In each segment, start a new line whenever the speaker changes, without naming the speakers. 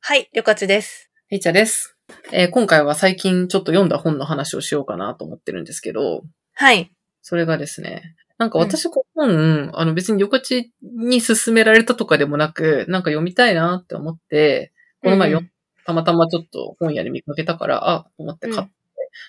はい、りょかちです。
えいちゃです、えー今回は最近ちょっと読んだ本の話をしようかなと思ってるんですけど、
はい。
それがですね、なんか私この本、あの別に横地に勧められたとかでもなく、なんか読みたいなって思って、この前よ
うん
たまたまちょっと本屋で見かけたから、あ、と思って買っ
う
て、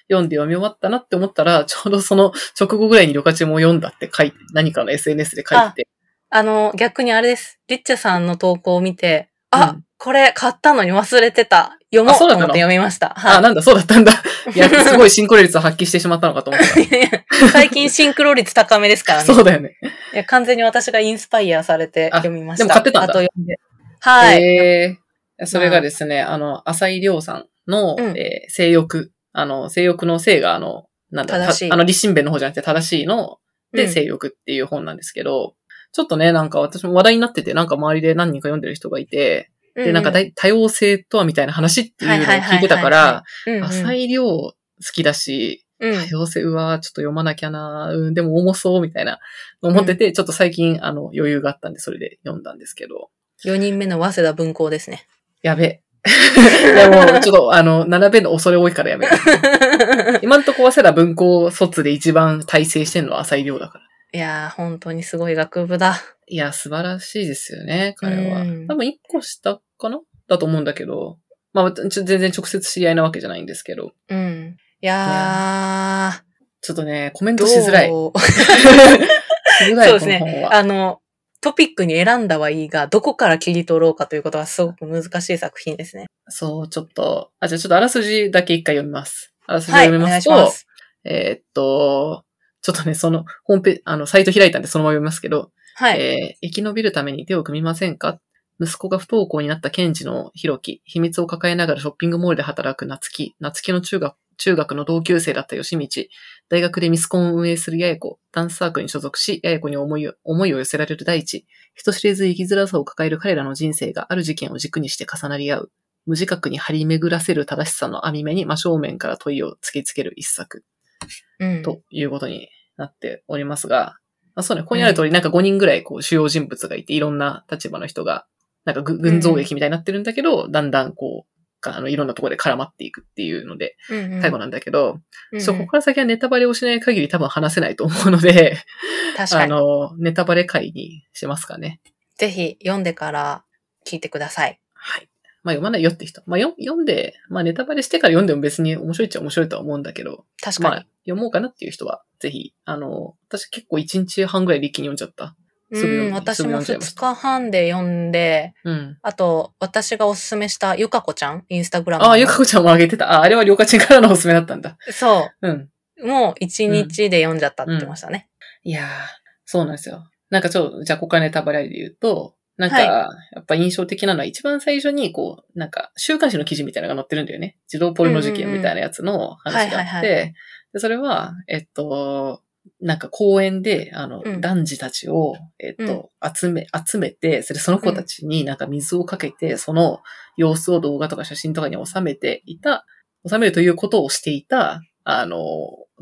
読んで読み終わったなって思ったら、ちょうどその 直後ぐらいに横地も読んだって書いて、何かの SNS で書いて、
あの、逆にあれです。リッチェさんの投稿を見て、あ、
うん
これ買ったのに忘れてた。読もう
あ
と
そう
思
だ
っ
ってたの
読みました。
あ、
はい
なんだ、そうだったん だ。いや、すごいシンコレ率を発揮してしまったのかと思った。
いや いや最近シンクロ率高めですからね。
そうだよね。
いや完全に私がインスパイアされて読みました。
あでも買ってたんだ
あと読んで。はい。
えーそれがですね、あの、浅井亮さんの、
うん
えー性欲。あの、性欲の性が、あの、なんだ、
正しい
たあの、立身弁の方じゃなくて正しいの、
う
で、
ん
性欲っていう本なんですけど、ちょっとね、なんか私も話題になってて、なんか周りで何人か読んでる人がいて、で、なんか
う
だい多様性とはみたいな話っていうのを
はいはいはいはい
聞いてたから、
うんうん、
浅井亮好きだし、
うん
多様性はちょっと読まなきゃな、うん、でも重そうみたいな思ってて、ちょっと最近あの余裕があったんでそれで読んだんですけど。
4人目の早稲田文庫ですね。
やべ。いやもう、ちょっと、あの、並べるの恐れ多いからやめる。 今んとこ早稲田文校卒で一番大成してんのは浅井亮だから。
いやー、本当にすごい学部だ。
いや、素晴らしいですよね、彼は
うん。
多分一個下かなだと思うんだけど。まあ、ちょ全然直接知り合いなわけじゃないんですけど。
うん。いやー、
ちょっとね、コメントしづらい。
どう
しづらい、
そうです
この
ね
本は。
あの、トピックに選んだはいいが、どこから切り取ろうかということがすごく難しい作品ですね。
そう、ちょっと。あ、じゃあちょっとあらすじだけ一回読みます。あらすじを
はい、
読
お
み
願
ま
い
す
し
と、
ます。
えーっと、ちょっとね、その、ホームページ、あの、サイト開いたんでそのまま読みますけど、
はい。
えー生き延びるために手を組みませんか息子が不登校になった検事の弘樹、秘密を抱えながらショッピングモールで働く夏樹、夏樹の中学、中学の同級生だった吉道、大学でミスコンを運営する八重子、ダンスサークルに所属し、八重子に思いを思いを寄せられる大地、人知れず生きづらさを抱える彼らの人生がある事件を軸にして重なり合う、無自覚に張り巡らせる正しさの網目に真正面から問いを突きつける一作。
うん
ということになっておりますが、まあ、そうね、ここにある通り、なんか5人ぐらいこう主要人物がいて、いろんな立場の人が、なんかぐ群像劇みたいになってるんだけど、だんだんこう、かあの、いろんなところで絡まっていくっていうので、
うんうん
最後なんだけど、
うんうん
そうここから先はネタバレをしない限り多分話せないと思うので、
確か
あ
に。
の、ネタバレ会にしますかね。
ぜひ読んでから聞いてください。
はい。まあ読まないよって人。まあ読読んで、まあネタバレしてから読んでも別に面白いっちゃ面白いとは思うんだけど、
確
ま
か
あ読もうかなっていう人は、ぜひ、あの、私結構1日半ぐらいで一気に読んじゃった。
に。
すぐ読ん
うん、
で
私
すぐ
も
読んじゃいまし
2日半で読んで、
うん。
あと、私がおすすめしたゆかこちゃん、インスタグラム。
ああ、ゆかこちゃんもあげてた。ああ、あれはりょうかちんからのおすすめだったんだ。
そ
うん。
う。もう1日で読んじゃったって言ってましたね。
いやー、そうなんですよ。なんかちょっと、じゃあ、ここからネタバレで言うと、なんか、
はい
やっぱ印象的なのは一番最初に、こう、なんか、週刊誌の記事みたいなのが載ってるんだよね。児童ポルノ事件みたいなやつの話があ
うんうんうんはい
っ
はいは
て、でそれは、えっと、なんか公園で、あの、
うん
男児たちを、えっと、集め、集めて、それでその子たちになんか水をかけて、その様子を動画とか写真とかに収めていた、収めるということをしていた、あの、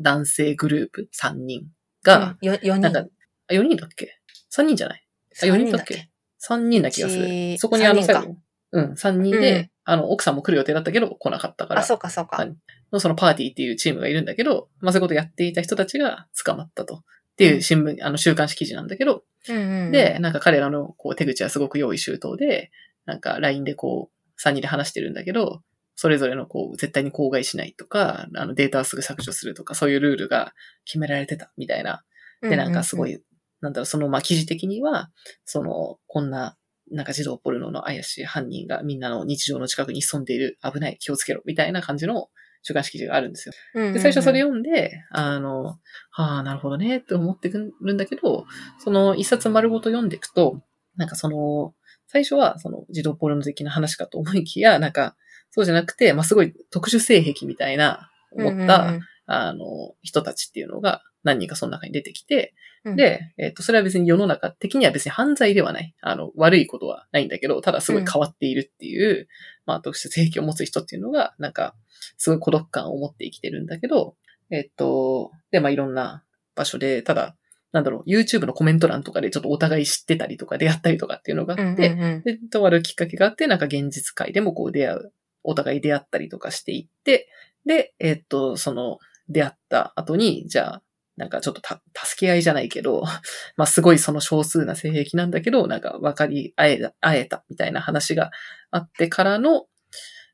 男性グループ3人が、
うん、よ4
なんか
人。、
あ、4人だっけ ?3 人じゃないあ、4
三
人だっけ ?3 人な気がす
う
る。
ち
そこにあの、
三人
最
か
後、うん、3人
うん
で、
うん
あの、奥さんも来る予定だったけど、来なかったから、
あ、そうかそうか。
はいのそのパーティーっていうチームがいるんだけど、まあ、そういうことやっていた人たちが捕まったと。っていう新聞、あの、週刊誌記事なんだけど、
うんうんうん、
で、なんか彼らのこう手口はすごく用意周到で、なんか LINE でこう、3人で話してるんだけど、それぞれのこう、絶対に口外しないとか、あの、データはすぐ削除するとか、そういうルールが決められてたみたいなで、なんかすご
い。
い、なんだろう、その、まあ、記事的には、その、こんな、なんか児童ポルノの怪しい犯人がみんなの日常の近くに潜んでいる、危ない、気をつけろ、みたいな感じの週刊誌記事があるんですよ。で、最初それ
を。
読んで、あの、ああ、なるほどね、って思ってくるんだけど、その一冊丸ごと読んでいくと、なんかその、最初はその児童ポルノ的な話かと思いきや、なんか、そうじゃなくて、まあ、すごい特殊性癖みたいな、思った、
うん
あの、人たちっていうのが何人かその中に出てきて、
うん、
で、えっ、と、それは別に世の中的には別に犯罪ではない。あの、悪いことはないんだけど、ただすごい変わっているっていう、まあ、特殊性癖を持つ人っていうのが、なんか、すごい孤独感を持って生きてるんだけど、えっ、と、で、まあ、いろんな場所で、ただ、なんだろう、YouTube のコメント欄とかでちょっとお互い知ってたりとか出会ったりとかっていうのがあって、
うんうんうん
で、とあるきっかけがあって、なんか現実界でもこう出会う、お互い出会ったりとかしていって、で、えっと、その、出会った後に、じゃあ、なんかちょっとた、助け合いじゃないけど、 まあすごいその少数な性癖なんだけど、なんか分かり合えた、会えたみたいな話があってからの、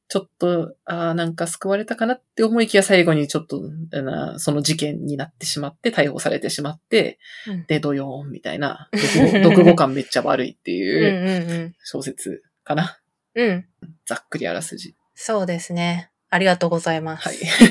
ちょっと、ああ、なんか救われたかなって思いきや最後にちょっと、あのその事件になってしまって、逮捕されてしまって、
うん
で、ドヨーンみたいな、独語独語感めっちゃ悪いって
うん
いう、
う
小説かな。
んうん。うん。
ざっくりあらすじ。
そうですね。ありがとうございます。
はい。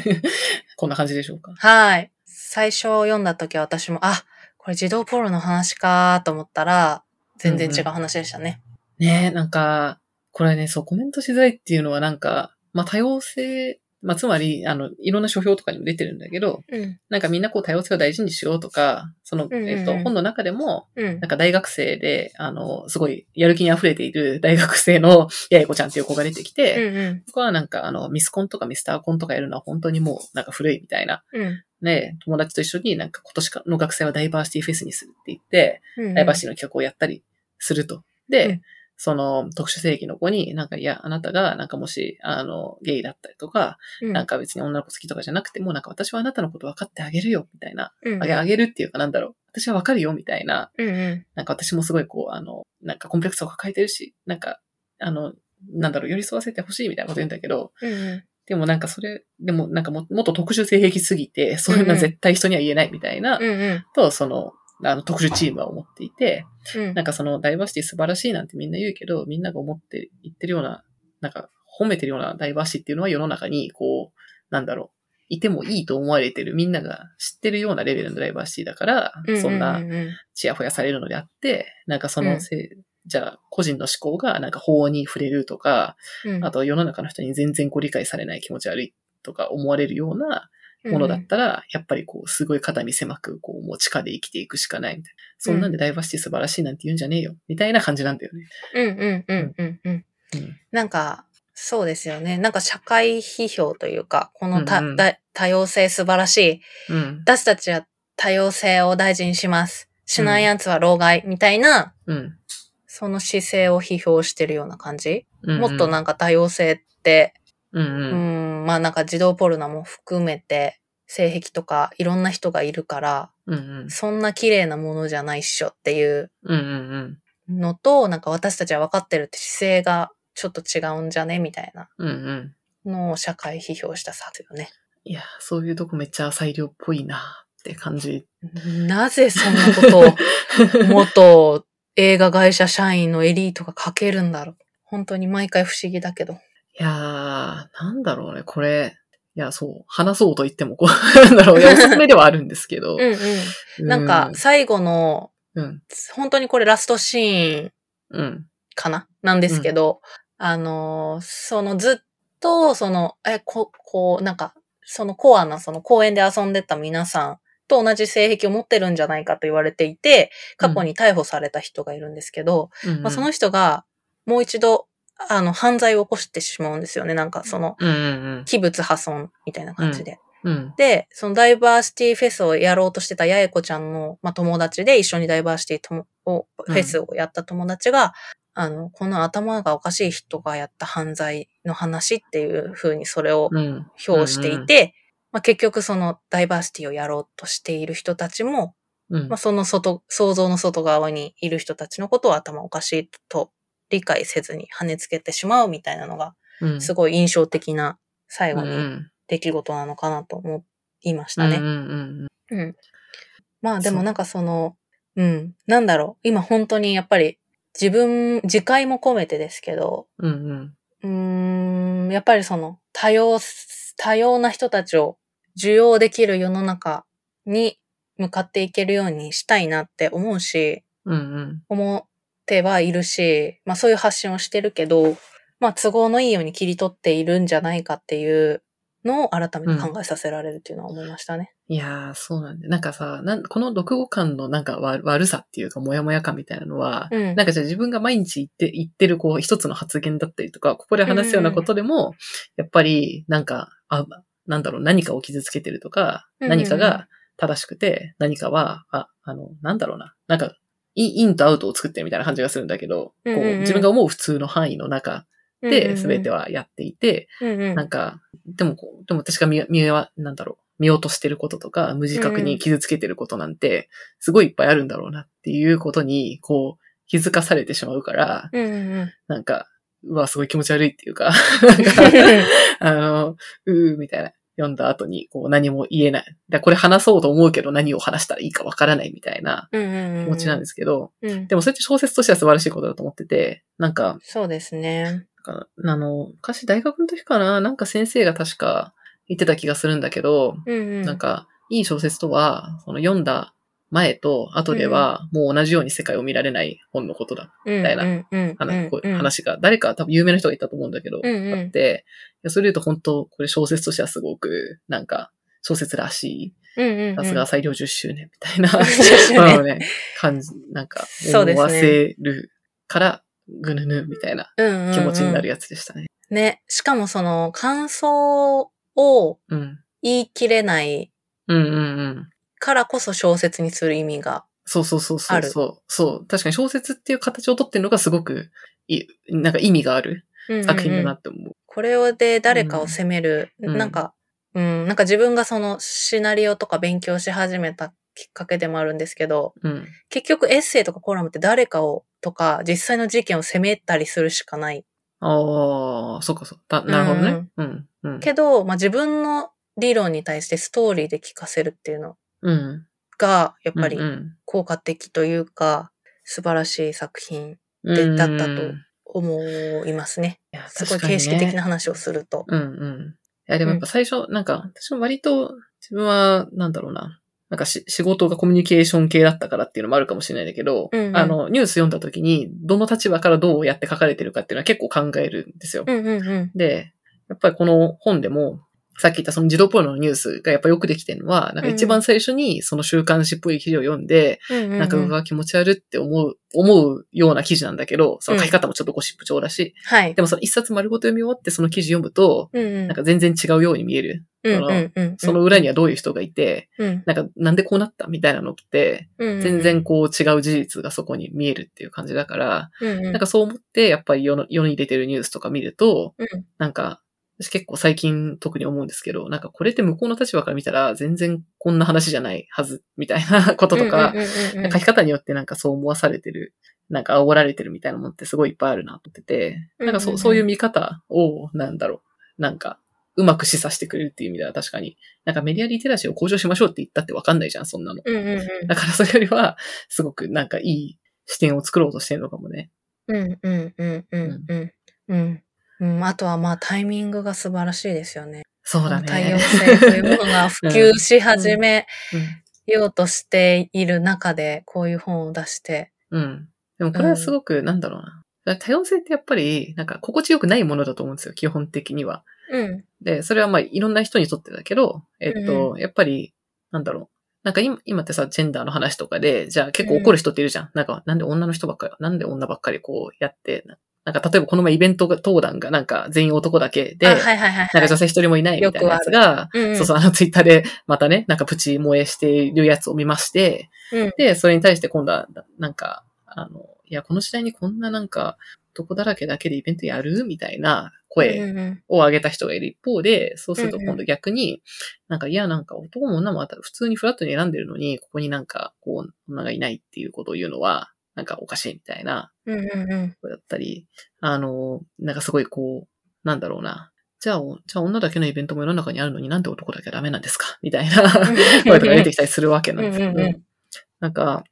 こんな感じでしょうか。
はい。最初読んだ時は私も、あ、これ児童ポロの話かと思ったら、全然違う話でしたね。
ねえ、なんか、これね、そう、コメントしづらいっていうのはなんか、まあ、多様性、まあ、つまり、あの、いろんな書評とかにも出てるんだけど、
うん。
なんかみんなこう多様性を大事にしようとか、その、
んうんうん
えっと、本の中でも、
うん
なん。か大学生で、あの、すごいやる気に溢れている 大学生のややこちゃんっていう子が出てきて、
うんうん。
そこはなんか、あの、ミスコンとかミスターコンとかやるのは本当にもう、なんか古いみたいな
うん
ね、友達と一緒になんか今年の学生はダイバーシティフェスにするって言って、
うん。
ダイバーシティの企画をやったりすると。で、
うん
その特殊正義の子になんか、いや、あなたがなんかもし、あの、ゲイだったりとか、
うん
なんか別に女の子好きとかじゃなくても、なんか私はあなたのこと分かってあげるよ、みたいな。
うん
あげ、あげるっていうかなんだろう。私は分かるよ、みたいな。
うんうん。
なんか私もすごいこう、あの、なんかコンプレックスを抱えてるし、なんか、あの、なんだろう、寄り添わせてほしいみたいなこと言うんだけど、
うんうん。
でもなんかそれ、でもなんかももっと特殊性癖すぎて、 そん
うんう
なん絶対人には言えないみたいな、
うんうん。
と、その、あの、特殊チームは思っていて、
うん
なんかその、ダイバーシティ素晴らしいなんてみんな言うけど、みんなが思って言ってるような、なんか褒めてるようなダイバーシティっていうのは世の中に、こう、なんだろう、いてもいいと思われてる、みんなが知ってるようなレベルのダイバーシティだから、そんな
う、んうん
ちやほやされるのであって、なんかそうの
ん
せい、じゃあ、個人の思考が、なんか法に触れるとか、
うん、
あと世の中の人に全然こう理解されない気持ち悪いとか思われるようなものだったら、やっぱりこうすごい肩身狭くこうもう地下で生きていくしかないみたいな。そんなんでダイバーシティ素晴らしいなんて言うんじゃねえよ。みたいな感じなんだよね。
うんうんうんうんうん
うん。
なんか、そうですよね。なんか社会批評というか、このた、
うんうん
だ多様性素晴らしい。
うん。
私たちは多様性を大事にします。しないやつは老害みたいな、
うん。
その姿勢を批評してるような感じ、
うん
もっと。なんか多様性って、
うん
う
うん。
ん、まあなんか児童ポルナも含めて、性癖とかいろんな人がいるから、
うんうん。
そんな綺麗なものじゃないっしょっていう
うんうん
のと、なんか私たちは分かってるって姿勢がちょっと違うんじゃねみたいな
うん。うんうん。
のを社会批評したさですよね。
いや、そういうとこめっちゃ裁量っぽいなって感じ。
なぜそんな ことを元映画会社社員のエリートが書けるんだろう。本当に毎回不思議だけど。
いやー、なんだろうね、これ。いや、そう、話そうと言っても、こう、なんだろう、いやおすすめではあるんですけど
う。んうん。なんか最後の
うん、
本当にこれラストシーン
うん、
かななんですけど、あのー、そのずっと、その、え、こ、こう、なんか、そのコアな、その公園で遊んでた皆さんと同じ性癖を持ってるんじゃないかと言われていて、過去に逮捕された人がいるんですけど、
うん。
まあ、その人がもう一度、あの、犯罪を起こしてしまうんですよね。なんか、その、
うんうん
器物破損みたいな感じで。
うん。うん。
で、そのダイバーシティフェスをやろうとしてた八重子ちゃんの、まあ、友達で一緒にダイバーシティともを
う
フ
ん
ェスをやった友達が、あの、この頭がおかしい人がやった犯罪の話っていう風にそれを
うん。
表していて、まあ、結局そのダイバーシティをやろうとしている人たちも、
うん
まあ、その外、想像の外側にいる人たちのことを頭おかしいと理解せずに跳ねつけてしまうみたいなのが、
うん
すごい印象的な最後
うん
に出来事なのかなと思いましたね。
うんうん
うん。まあで
そ
も
う
なんかその、うん、なんだろう。今本当にやっぱり自分、自戒も込めてですけど、
うんうんうん
うーん、やっぱりその多様、多様な人たちを受容できる世の中に向かっていけるようにしたいなって思うし、
うんうん
思ってはいるし、まあそういう発信をしてるけど、まあ都合のいいように切り取っているんじゃないかっていうのを改めて考えさせられるっていうのは思いましたね。
いやー、そうなんだ。なんかさ、なんこの読語感のなんか悪悪さっていうか、もやもや感みたいなのは、
うん。
なんかじゃあ自分が毎日言って、言ってるこう一つの発言だったりとか、ここで話すようなことでも、やっぱりなんか、あ、なんだろう、何かを傷つけてるとか、
うんうんうん
何かが正しくて、何かは、あ、あの、なんだろうな。なんか、イインとアウトを作ってるみたいな感じがするんだけど、こう
うんうんうん
自分が思う普通の範囲の中で全て
は。
はやっていて、
うんうん
なんか、でもこう、でも私が見、見は、なんだろう、見落としてることとか、無自覚に傷つけてることなんて、すごいいっぱいあるんだろうなっていうことに、こう、気づかされてしまうから、
うんうんうん。
なんか、うわ、すごい気持ち悪いってい うか、なんか、あの、うーみたいな。読んだ後に、こう、何も言えない。だこれ話そうと思うけど、何を話したらいいかわからないみたいな
うんうんうん。
気持ちなんですけど、
うん
でもそれって小説としては素晴らしいことだと思ってて、なんか、
そうですね。
かあの、昔大学の時かな、なんか先生が確か言ってた気がするんだけど、
うんうん。
なんか、いい小説とは、その読んだ前と後では、もう同じように世界を見られない本のことだ。
み
たいな
うんうん
あのこう
うんうん。
話が、誰か多分有名な人がいたと思うんだけど、
うんうん
あって、いやそれで言うと本当、これ小説としてはすごく、なんか、小説らしい、
うんうんうん。
さすが裁量10周年み たいな、
周年
あのね、感じ、なんか、
そうですね
思わせるから、ぐぬぬみたいな
うんうんうん
気持ちになるやつでしたね。
ね。しかもその感想を
うん。
言い切れない
うんうんうん。
からこそ小説にする意味が。
そうそうそうそ
あ
う
る
そう。そう。確かに小説っていう形をとってるのがすごくいい、なんか意味がある作品だなって思う。
これをで誰かを責める、
うん
なんか、うん、なんか自分がそのシナリオとか勉強し始めたきっかけでもあるんですけど、
うん。
結局エッセイとかコラムって誰かをとか実際の事件を責めたりするしかない。
ああ、そうかそう。だなるほどね。うん。うん。
けど、まあ、自分の理論に対してストーリーで聞かせるっていうの
うん。
が、やっぱり
うん
効果的というか、素晴らしい作品
うん
でだったと
うん
思いますね。
いや
すごい
確かにね
形式的な話をすると。
うんうん。いや、でもやっぱ最初、なんか、私も割と、自分は、なんだろうな。なんかし、仕事がコミュニケーション系だったからっていうのもあるかもしれないんだけど、
うんうん
あの、ニュース読んだ時に、どの立場からどうやって書かれてるかっていうのは結構考えるんですよ。
うんうんうん。
で、やっぱりこの本でも、さっき言ったその児童ポルノのニュースがやっぱよくできてるのは、なんか一番最初にその週刊誌っぽい記事を読んで、
うん
なんかうわ、気持ち悪って思う、思うような記事なんだけど、その書き方もちょっとゴシップ調だし、
はい。
でもその一冊丸ごと読み終わってその記事読むと、
うんうん
なんか全然違うように見える。
うんうんうんうん
その裏にはどういう人がいて、
うん
なんかなんでこうなったみたいなのって、
うんうん
全然こう違う事実がそこに見えるっていう感じだから、
うんうん
なんかそう思ってやっぱり世の世に出てるニュースとか見ると、
うん
なんか、私結構最近特に思うんですけど、なんかこれって向こうの立場から見たら全然こんな話じゃないはず、みたいな こととか
うん、うんうんうんうん
書き方によってなんかそう思わされてる、なんか煽られてるみたいなものってすごいいっぱいあるなと思ってて、なん
うんう
か
んう
そ
ん
そういう見方を、なんだろう、なんか、うまく示唆してくれるっていう意味では確かに、なんかメディアリテラシーを向上しましょうって言ったってわかんないじゃん、そんなの。
うんうん
だからそれよりは、すごくなんかいい視点を作ろうとしてるのかもね。
うんうんうんうんうんうんうんあとはまあタイミングが素晴らしいですよね。
そうだね。
多様性というものが普及し始め
うん
ようとしている中で、こういう本を出して。
うん。でもこれはすごく、なんだろうな。だから多様性ってやっぱり、なんか心地よくないものだと思うんですよ、基本的には。
うん。
で、それはまあいろんな人にとってだけど、えっと、やっぱり、なんだろう。なんか今今ってさ、ジェンダーの話とかで、じゃあ結構怒る人っているじゃん。なんか、なんで女の人ばっかり、なんで女ばっかりこうやって、ななんか例えばこの前イベントが、登壇がなんか全員男だけで、
あはいはいはい
なん
は
か
い
女。性一人もいないみたいなやつが、
うんうん
そうそう、あのツイッターでまたね、なんかプチ萌えしているやつを見まして、
うん
で、それに対して今度は、なんか、あの、いや、この時代にこんななんか、男だらけだけでイベントやるみたいな声
うんうん
を上げた人がいる一方で、そうすると
うんうん
今度逆に、なんか、いや、なんか男も女もあった普通にフラットに選んでるのに、ここになんか、こう、女がいないっていうことを言うのは、なんかおかしいみたいな
うんうんうん
だったり、あの、なんかすごいこう、なんだろうな。じゃあ、おじゃあ女だけのイベントも世の中にあるのになんで男だけダメなんですか みたいな声とか出てきたりするわけなんですけ
うん
ど
うんうん、
なんか、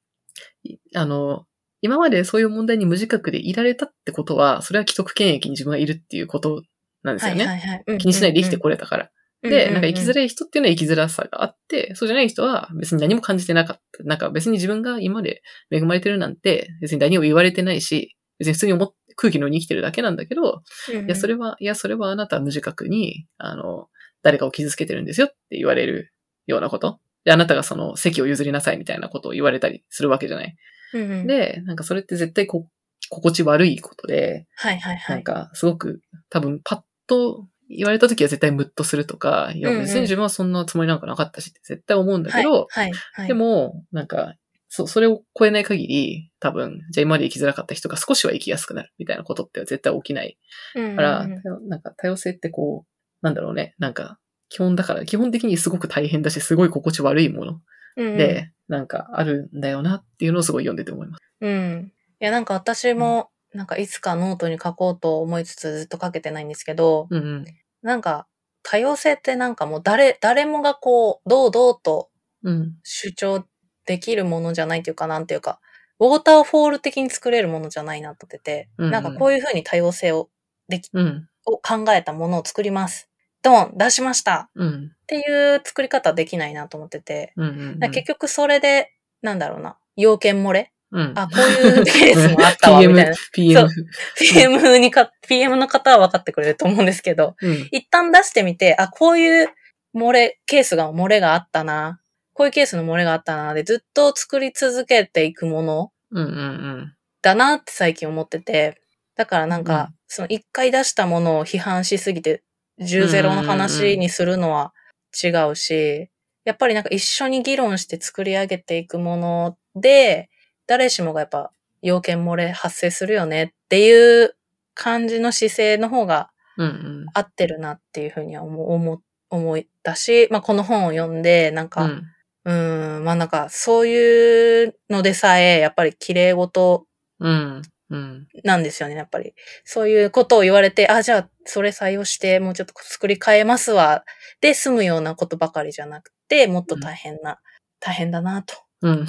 いあの、今までそういう問題に無自覚でいられたってことは、それは既得権益に自分がいるっていうことなんですよね。
はいはいはい
気にしないで生きてこれたから。で、なんか生きづ
ら
らい人っていうのは生きづらさがあって、そうじゃない人は別に何も感じてなかった。なんか別に自分が今まで恵まれてるなんて、別に何も言われてないし、別に普通に思っ空気のように生きてるだけなんだけど、
い
いや、それは、いや、それはあなたは無自覚に、あの、誰かを傷つけてるんですよって言われるようなこと。で、あなたがその席を譲りなさいみたいなことを言われたりするわけじゃない。
で、
で、なんかそれって絶対こ心地悪いことで、
はいはいは
なん
い。
か、すごく、多分、パッと言われた時は絶対ムッとするとか、いや
うんうん
別に自分はそんなつもりなんかなかったしって絶対思うんだけど、
はい。はい。
で、も、なんか、そ、それを超えない限り、多分、じゃあ今まで生きづらかった人が少しは生きやすくなるみたいなことって絶対起きない
うん
か
う
ら、
んうん
多様なんか多様性ってこう、なんだろうね、なんか、基本だから、基本的にすごく大変だし、すごい心地悪いもの
うんうん、
で、なんかあるんだよなっていうのをすごい読んでて思います。
うん。いや、なんか私も、なんかいつかノートに書こうと思いつつずっと書けてないんですけど、
うんうん。
なんか多様性ってなんかもう誰、誰もがこう、堂々と
うん。
主張できるものじゃないというか、なんていうか、ウォーターフォール的に作れるものじゃないなと思ってて、
うんうん
なんかこういうふうに多様性をでき、
うん。
を考えたものを作ります。ドン出しました
うん。
っていう作り方できないなと思ってて、
うんうん。
だから結局それで、なんだろうな、要件漏れ
うん。
あ、こういうケースもあった わ、み
PM
たいな。
PM。
PM にか、PM の方は分かってくれると思うんですけど、
うん。
一旦出してみて、あ、こういう漏れ、ケースが、漏れがあったな。こういうケースの漏れがあったな。で、ずっと作り続けていくもの
うんうん
だなって最近思ってて。だからなんか、
う
その一回出したものを批判しすぎて、10-0の話にするのは違うし、やっぱりなんか一緒に議論して作り上げていくもので、誰しもがやっぱ要件漏れ発生するよねっていう感じの姿勢の方が
うん。うん
合ってるなっていうふうには思う思う思ったし、まあ、この本を読んで、なん
う
か、
ん。
うん、ん、まあなんか、そういうのでさえ、やっぱり綺麗事
うん。うん。
なんですよね、やっぱり。そういうことを言われて、あ、じゃあ、それ採用して、もうちょっと作り変えますわ、で済むようなことばかりじゃなくて、もっと大変な、大変だな、と
うん。
いう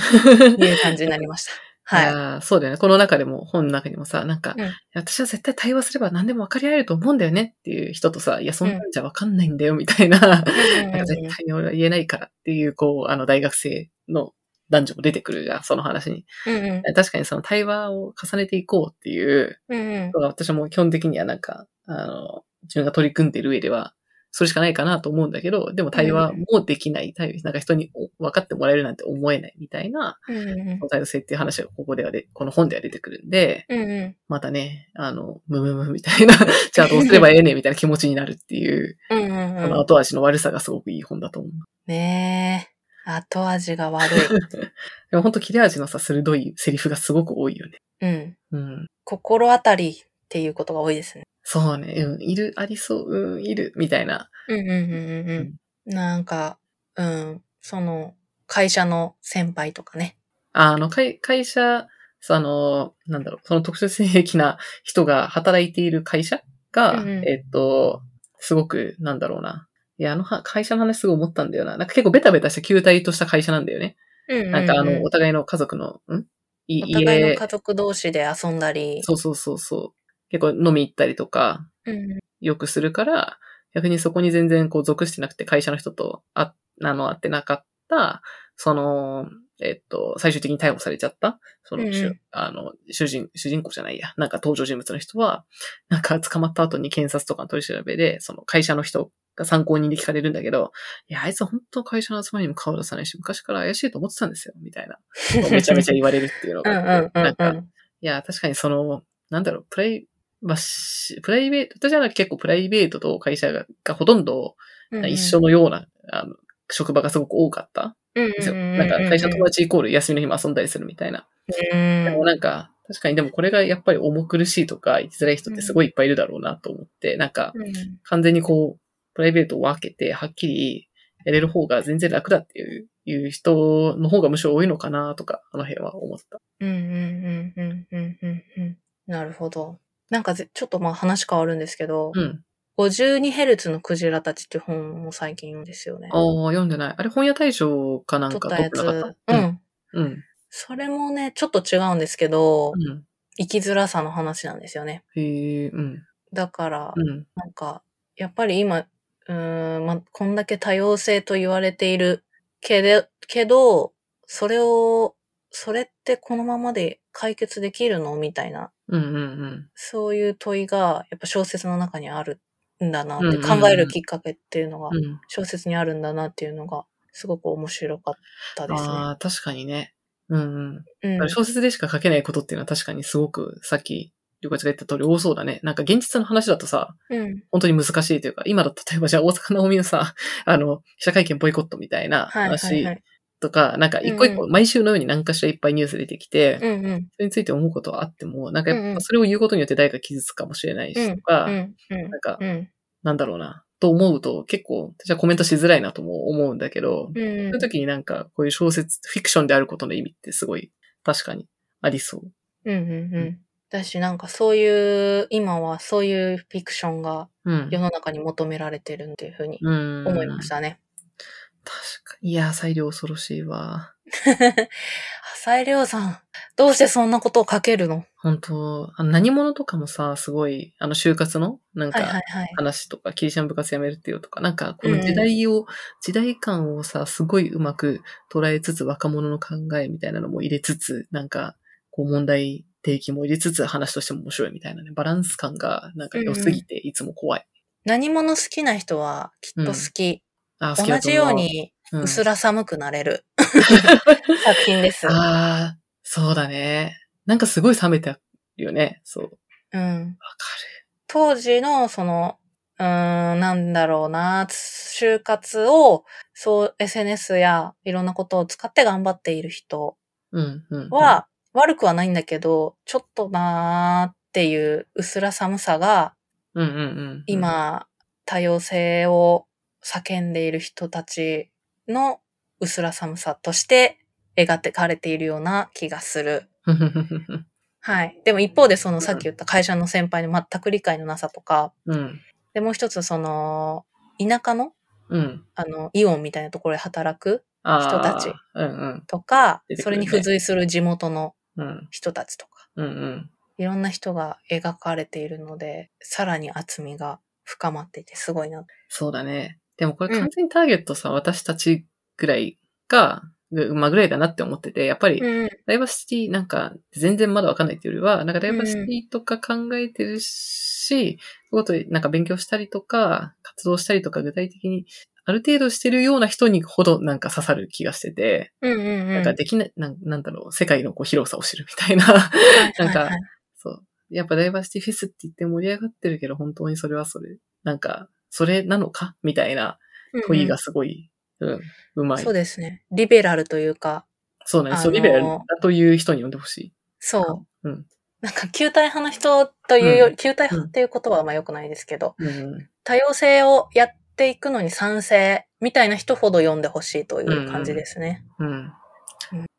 感じになりま した。はい。
やーそうだよね。この中でも、本の中にもさ、なんか、
うん
私は絶対対話すれば何でも分かり合えると思うんだよねっていう人とさ、いや、そんなんじゃ分かんないんだよ、みたいな、
うんうんうん
なんか絶対に俺は言えないからっていう、こう、あの、大学生の男女も出てくるじゃん、その話に。
うん
確かにその対話を重ねていこうっていう
うんうん
のが、私はもう基本的にはなんか、あの、自分が取り組んでる上では、それしかないかなと思うんだけど、でも対話もできない、対なんか人に分かってもらえるなんて思えないみたいな、
うんうん
多様性っていう話がここではで、この本では出てくるんで、
うんうん
またね、あの、ムムムみたいな、じゃあどうすればええねんみたいな気持ちになるっていう、
うんうん
こ
うん
の後味の悪さがすごくいい本だと思う。
ねえ、後味が悪い。
でも本当切れ味のさ、鋭いセリフがすごく多いよね。
うん。
うん。
心当たりっていうことが多いですね。
そうね、うん、いる、ありそう、うん、いる、みたいな。
うんうんうんうん
うん
うん。なんか、うん、その、会社の先輩とかね。
あの、会、会社、その、なんだろう、その特殊性癖な人が働いている会社が、
うんうん
えっと、すごく、なんだろうな。いや、あのは、会社の話すごい思ったんだよな。なんか結構ベタベタした球体とした会社なんだよね。
うん
なんかあの、
お
お互いの家族の、んい
互いの
家
家、族同士で遊んだり。
そうそうそうそう。結構飲み行ったりとか、
うん
よくするから、逆にそこに全然こう属してなくて会社の人とあ、あの、会ってなかった、その、えっと、最終的に逮捕されちゃった、その、
うんうん
主あの、主人、主人公じゃないや、なんか登場人物の人は、なんか捕まった後に検察とかの取り調べで、その会社の人が参考人で聞かれるんだけど、いや、あいつは本当会社の集まりにも顔出さないし、昔から怪しいと思ってたんですよ、みた いな。めちゃめちゃ言われるっていうの
うん
が。
うんう
なん
んう
か、
ん。
いや、確かにその、なんだろう、プライ、まあ、しプライベート、私は結構プライベートと会社ががほとんど
うんうん
一緒。のような、あの職場がすごく多かった
うんうん
んです
う
よ。
んうん。
なんか会社の友達イコール休みの日も遊んだりするみたいな。
うん
でもなんか、確かにでもこれがやっぱり重苦しいとか、生きづらい人ってすごいいっぱいいるだろうなと思って、なんか
うん
完全にこう、プライベートを分けてはっきりやれる方が全然楽だっていういう人の方がむしろ多いのかなとか、あの辺は思った。
うんうんうんうんうんうんうん。なるほど。なんかぜちょっとまあ話変わるんですけど、
うん。
52Hz のクジラたちっていう本も最近読んですよね。
ああ、読んでない。あれ本屋大賞かなん
撮っ
か
た
取っ
や
て
つ。
なかっ
う
た
ん。
うん。うん。
それもね、ちょっと違うんですけど、
うん。
生きづらさの話なんですよね。
へえ、うん。
だから、
うん。
なんか、やっぱり今、うーん、まあ、こんだけ多様性と言われているけど、けど、それを、それってこのままで解決できるのみたいな、
うんうんうん。
そういう問いが、やっぱ小説の中にあるんだなって、
うんうんうん
考えるきっかけっていうのが、
うん。
小説にあるんだなっていうのが、すごく面白かったですね。
ああ、確かにね。うん、
うん
うん。小説でしか書けないことっていうのは確かにすごくさっきりょうかちが言った通り多そうだね。なんか現実の話だとさ、
うん。
本当に難しいというか、今だと例えばじゃあ大阪のみのさ、 あの、記者会見ボイコットみたい
はい、
な
はい、
話
はい。
とか、なんか一個一個、
う
毎週のように何かしらいっぱいニュース出てきて、
うんうん。
それについて思うことはあっても、なんか
うん
やっ
う
ぱ
ん
それを言うことによって誰か傷つくかもしれないしとか、
うん
なんか、
うん。うん。
なんだろうな、と思うと結構、私はコメントしづらいなとも思うんだけど、
うん
そういう時になんかこういう小説、フィクションであることの意味ってすごい確かにありそう。
うんうんうん。だし、なんかそういう、今はそういうフィクションが
うん
世。の中に求められてるっていうふうに
うん。
思いましたね。
確かに。いやー、裁量恐ろしいわ。
浅井亮さん、どうしてそんなことを書けるの
本当あの何者とかもさ、すごい、あの、就活の、なん
はいは
か
い、はい。
話とか、キリシャン部活やめるってよとか、なんか、
う
この
ん
時代を、時代感をさ、すごいうまく捉えつつ、若者の考えみたいなのも入れつつ、なんか、こう、問題提起も入れつつ、話としても面白いみたいなね、バランス感が、なんか良すぎて、いつも怖い。
何者好きな人はきっと好き。
あー、好
同
きだと
じ
思う。
ように、
うん、
うすら寒くなれ る、作品です。
ああ、そうだね。なんかすごい冷めてるよね。そう。わ
うん。
か
当時の、その、うーん、なんだろうな、就活を、そう、SNS やいろんなことを使って頑張っている人
る。うん、うん。うん、
は、悪くはないんだけど、ちょっとなーっていう薄ら寒さが、
うん、うん、うん。
今、多様性を叫んでいる人たちの薄ら寒さとして描ってかれているような気がする。
ふふふふふ。
はい。でも一方で、そのさっき言った会社の先輩の全く理解のなさとか、
うん、
で、もう一つ、その、田舎の、
うん。
あの、イオンみたいなところで働く
あ
人
ー
たち。
うん、うん、
とか、
出て
そ
くる
れ
ね
に付随する地元の
うん、
人たちとか、
うん、うん。
いろんな人が描かれているので、さらに厚みが深まっていて、すごいな。
そうだね。でもこれ
うん
完全にターゲットさ、私たちぐらいが、ぐまあぐらいだなって思ってて、やっぱり
うん。
ダイバーシティなんか全然まだわかんないっていうよりは、なんかダイバーシティとか考えてるし、そういうことでなんか勉強したりとか、活動したりとか具体的にある程度してるような人にほどなんか刺さる気がしてて、
うんうんうん。
なんかできない、なんなんだろう、世界のこう広さを知るみたいな。 なんか
はいはいはい
そう。やっぱダイバーシティフェスって言って盛り上がってるけど、本当にそれはそれ。なんか、それなのかみたいな問いがすごい、うん、う
うん
ま
うん
い。
そうですね。リベラルというか、
そうね。
あのー
そう、リベラルだという人に呼んでほしい。
そう。
うん。
なんか、球体派の人というより、球体
うん
派っていう言葉はまあ良くないですけど、
うんうん。
多様性をやっていくのに賛成みたいな人ほど読んでほしいという感じですね。
うん。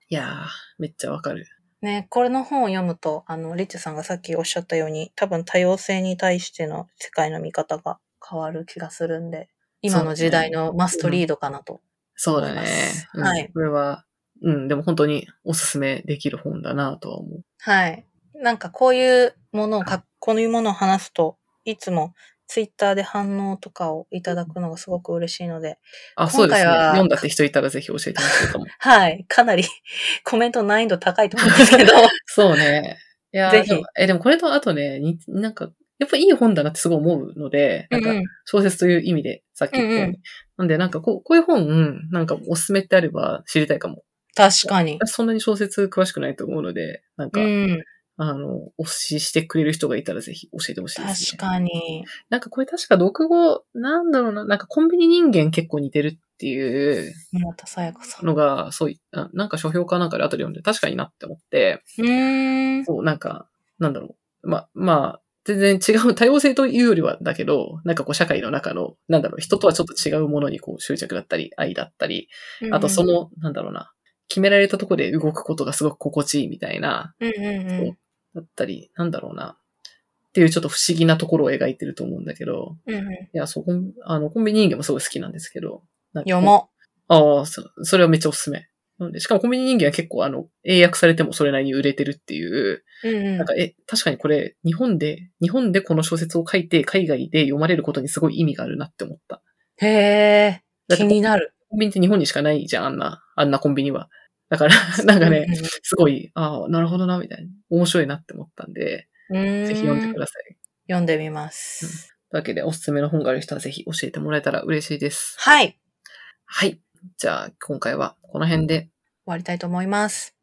いやー、めっちゃわかる。
ね、これの本を読むと、あの、リッチさんがさっきおっしゃったように、多分多様性に対しての世界の見方が変わる気がするんで、今の時代のマストリードかなと。
そうだ
思
ね
います。
うん
はい
これは、うん、でも本当におすすめできる本だなとは思う。
はい。なんかこういうものをか、こういうものを話すと、いつもツイッターで反応とかをいただくのがすごく嬉しいので、
あ、そうですね。
今回は
読んだって人いたらぜひ教えてほ しいかも。
はい。かなりコメント難易度高いと思うんですけど、
そうね。いやー
ぜひ
でもえ、でもこれとあとね、になんか、やっぱいい本だなってすごい思 うので、なん
う
か
ん
小説という意味で、さっき言ったように。
うんう
なんで、なんかこう、こういう本、なんかおすすめってあれば知りたいかも。
確かに。
私そんなに小説詳しくないと思うので、なん
う
か、
ん、
あの、お推ししてくれる人がいたらぜひ教えてほしいです、ね。
確かに。
なんかこれ確か読語、なんだろうな、なんかコンビニ人間結構似てるっていう
村田さやかさん。う
のが、そうい、あなんか書評家なんかで後で読んで確かになって思って、
ーん。
そう、なんか、なんだろう。ま、まあ、全然違う、多様性というよりはだけど、なんかこう社会の中の、なんだろう、人とはちょっと違うものにこう執着だったり、愛だったり、あとその、なんだろうな、決められたとこで動くことがすごく心地いいみたいな、
うんうんうん
だったり、なんだろうな、っていうちょっと不思議なところを描いてると思うんだけど、
うんうん。
いや、そう、コンあの、コンビニ人間もすごい好きなんですけど。なんか
読も
ああ、そそれはめっちゃおすすめ。なんで、しかもコンビニ人間は結構あの、英訳されてもそれなりに売れてるっていう、
う。うんうん
なんか、え、確かにこれ、日本で、日本でこの小説を書いて、海外で読まれることにすごい意味があるなって思った。
へえ、
だっ
気
て
になる。
コンビニって日本にしかないじゃん、あんな、あんなコンビニは。だから、なんかね、
うんうん
すごい、ああ、なるほどな、みたいな。面白いなって思ったんで、
うん、
ぜひ読んでください。
読んでみます。
というわけで、おすすめの本がある人はぜひ教えてもらえたら嬉しいです。
はい。終
はい。じゃあ、今回はこの辺で。
わりたいと思います。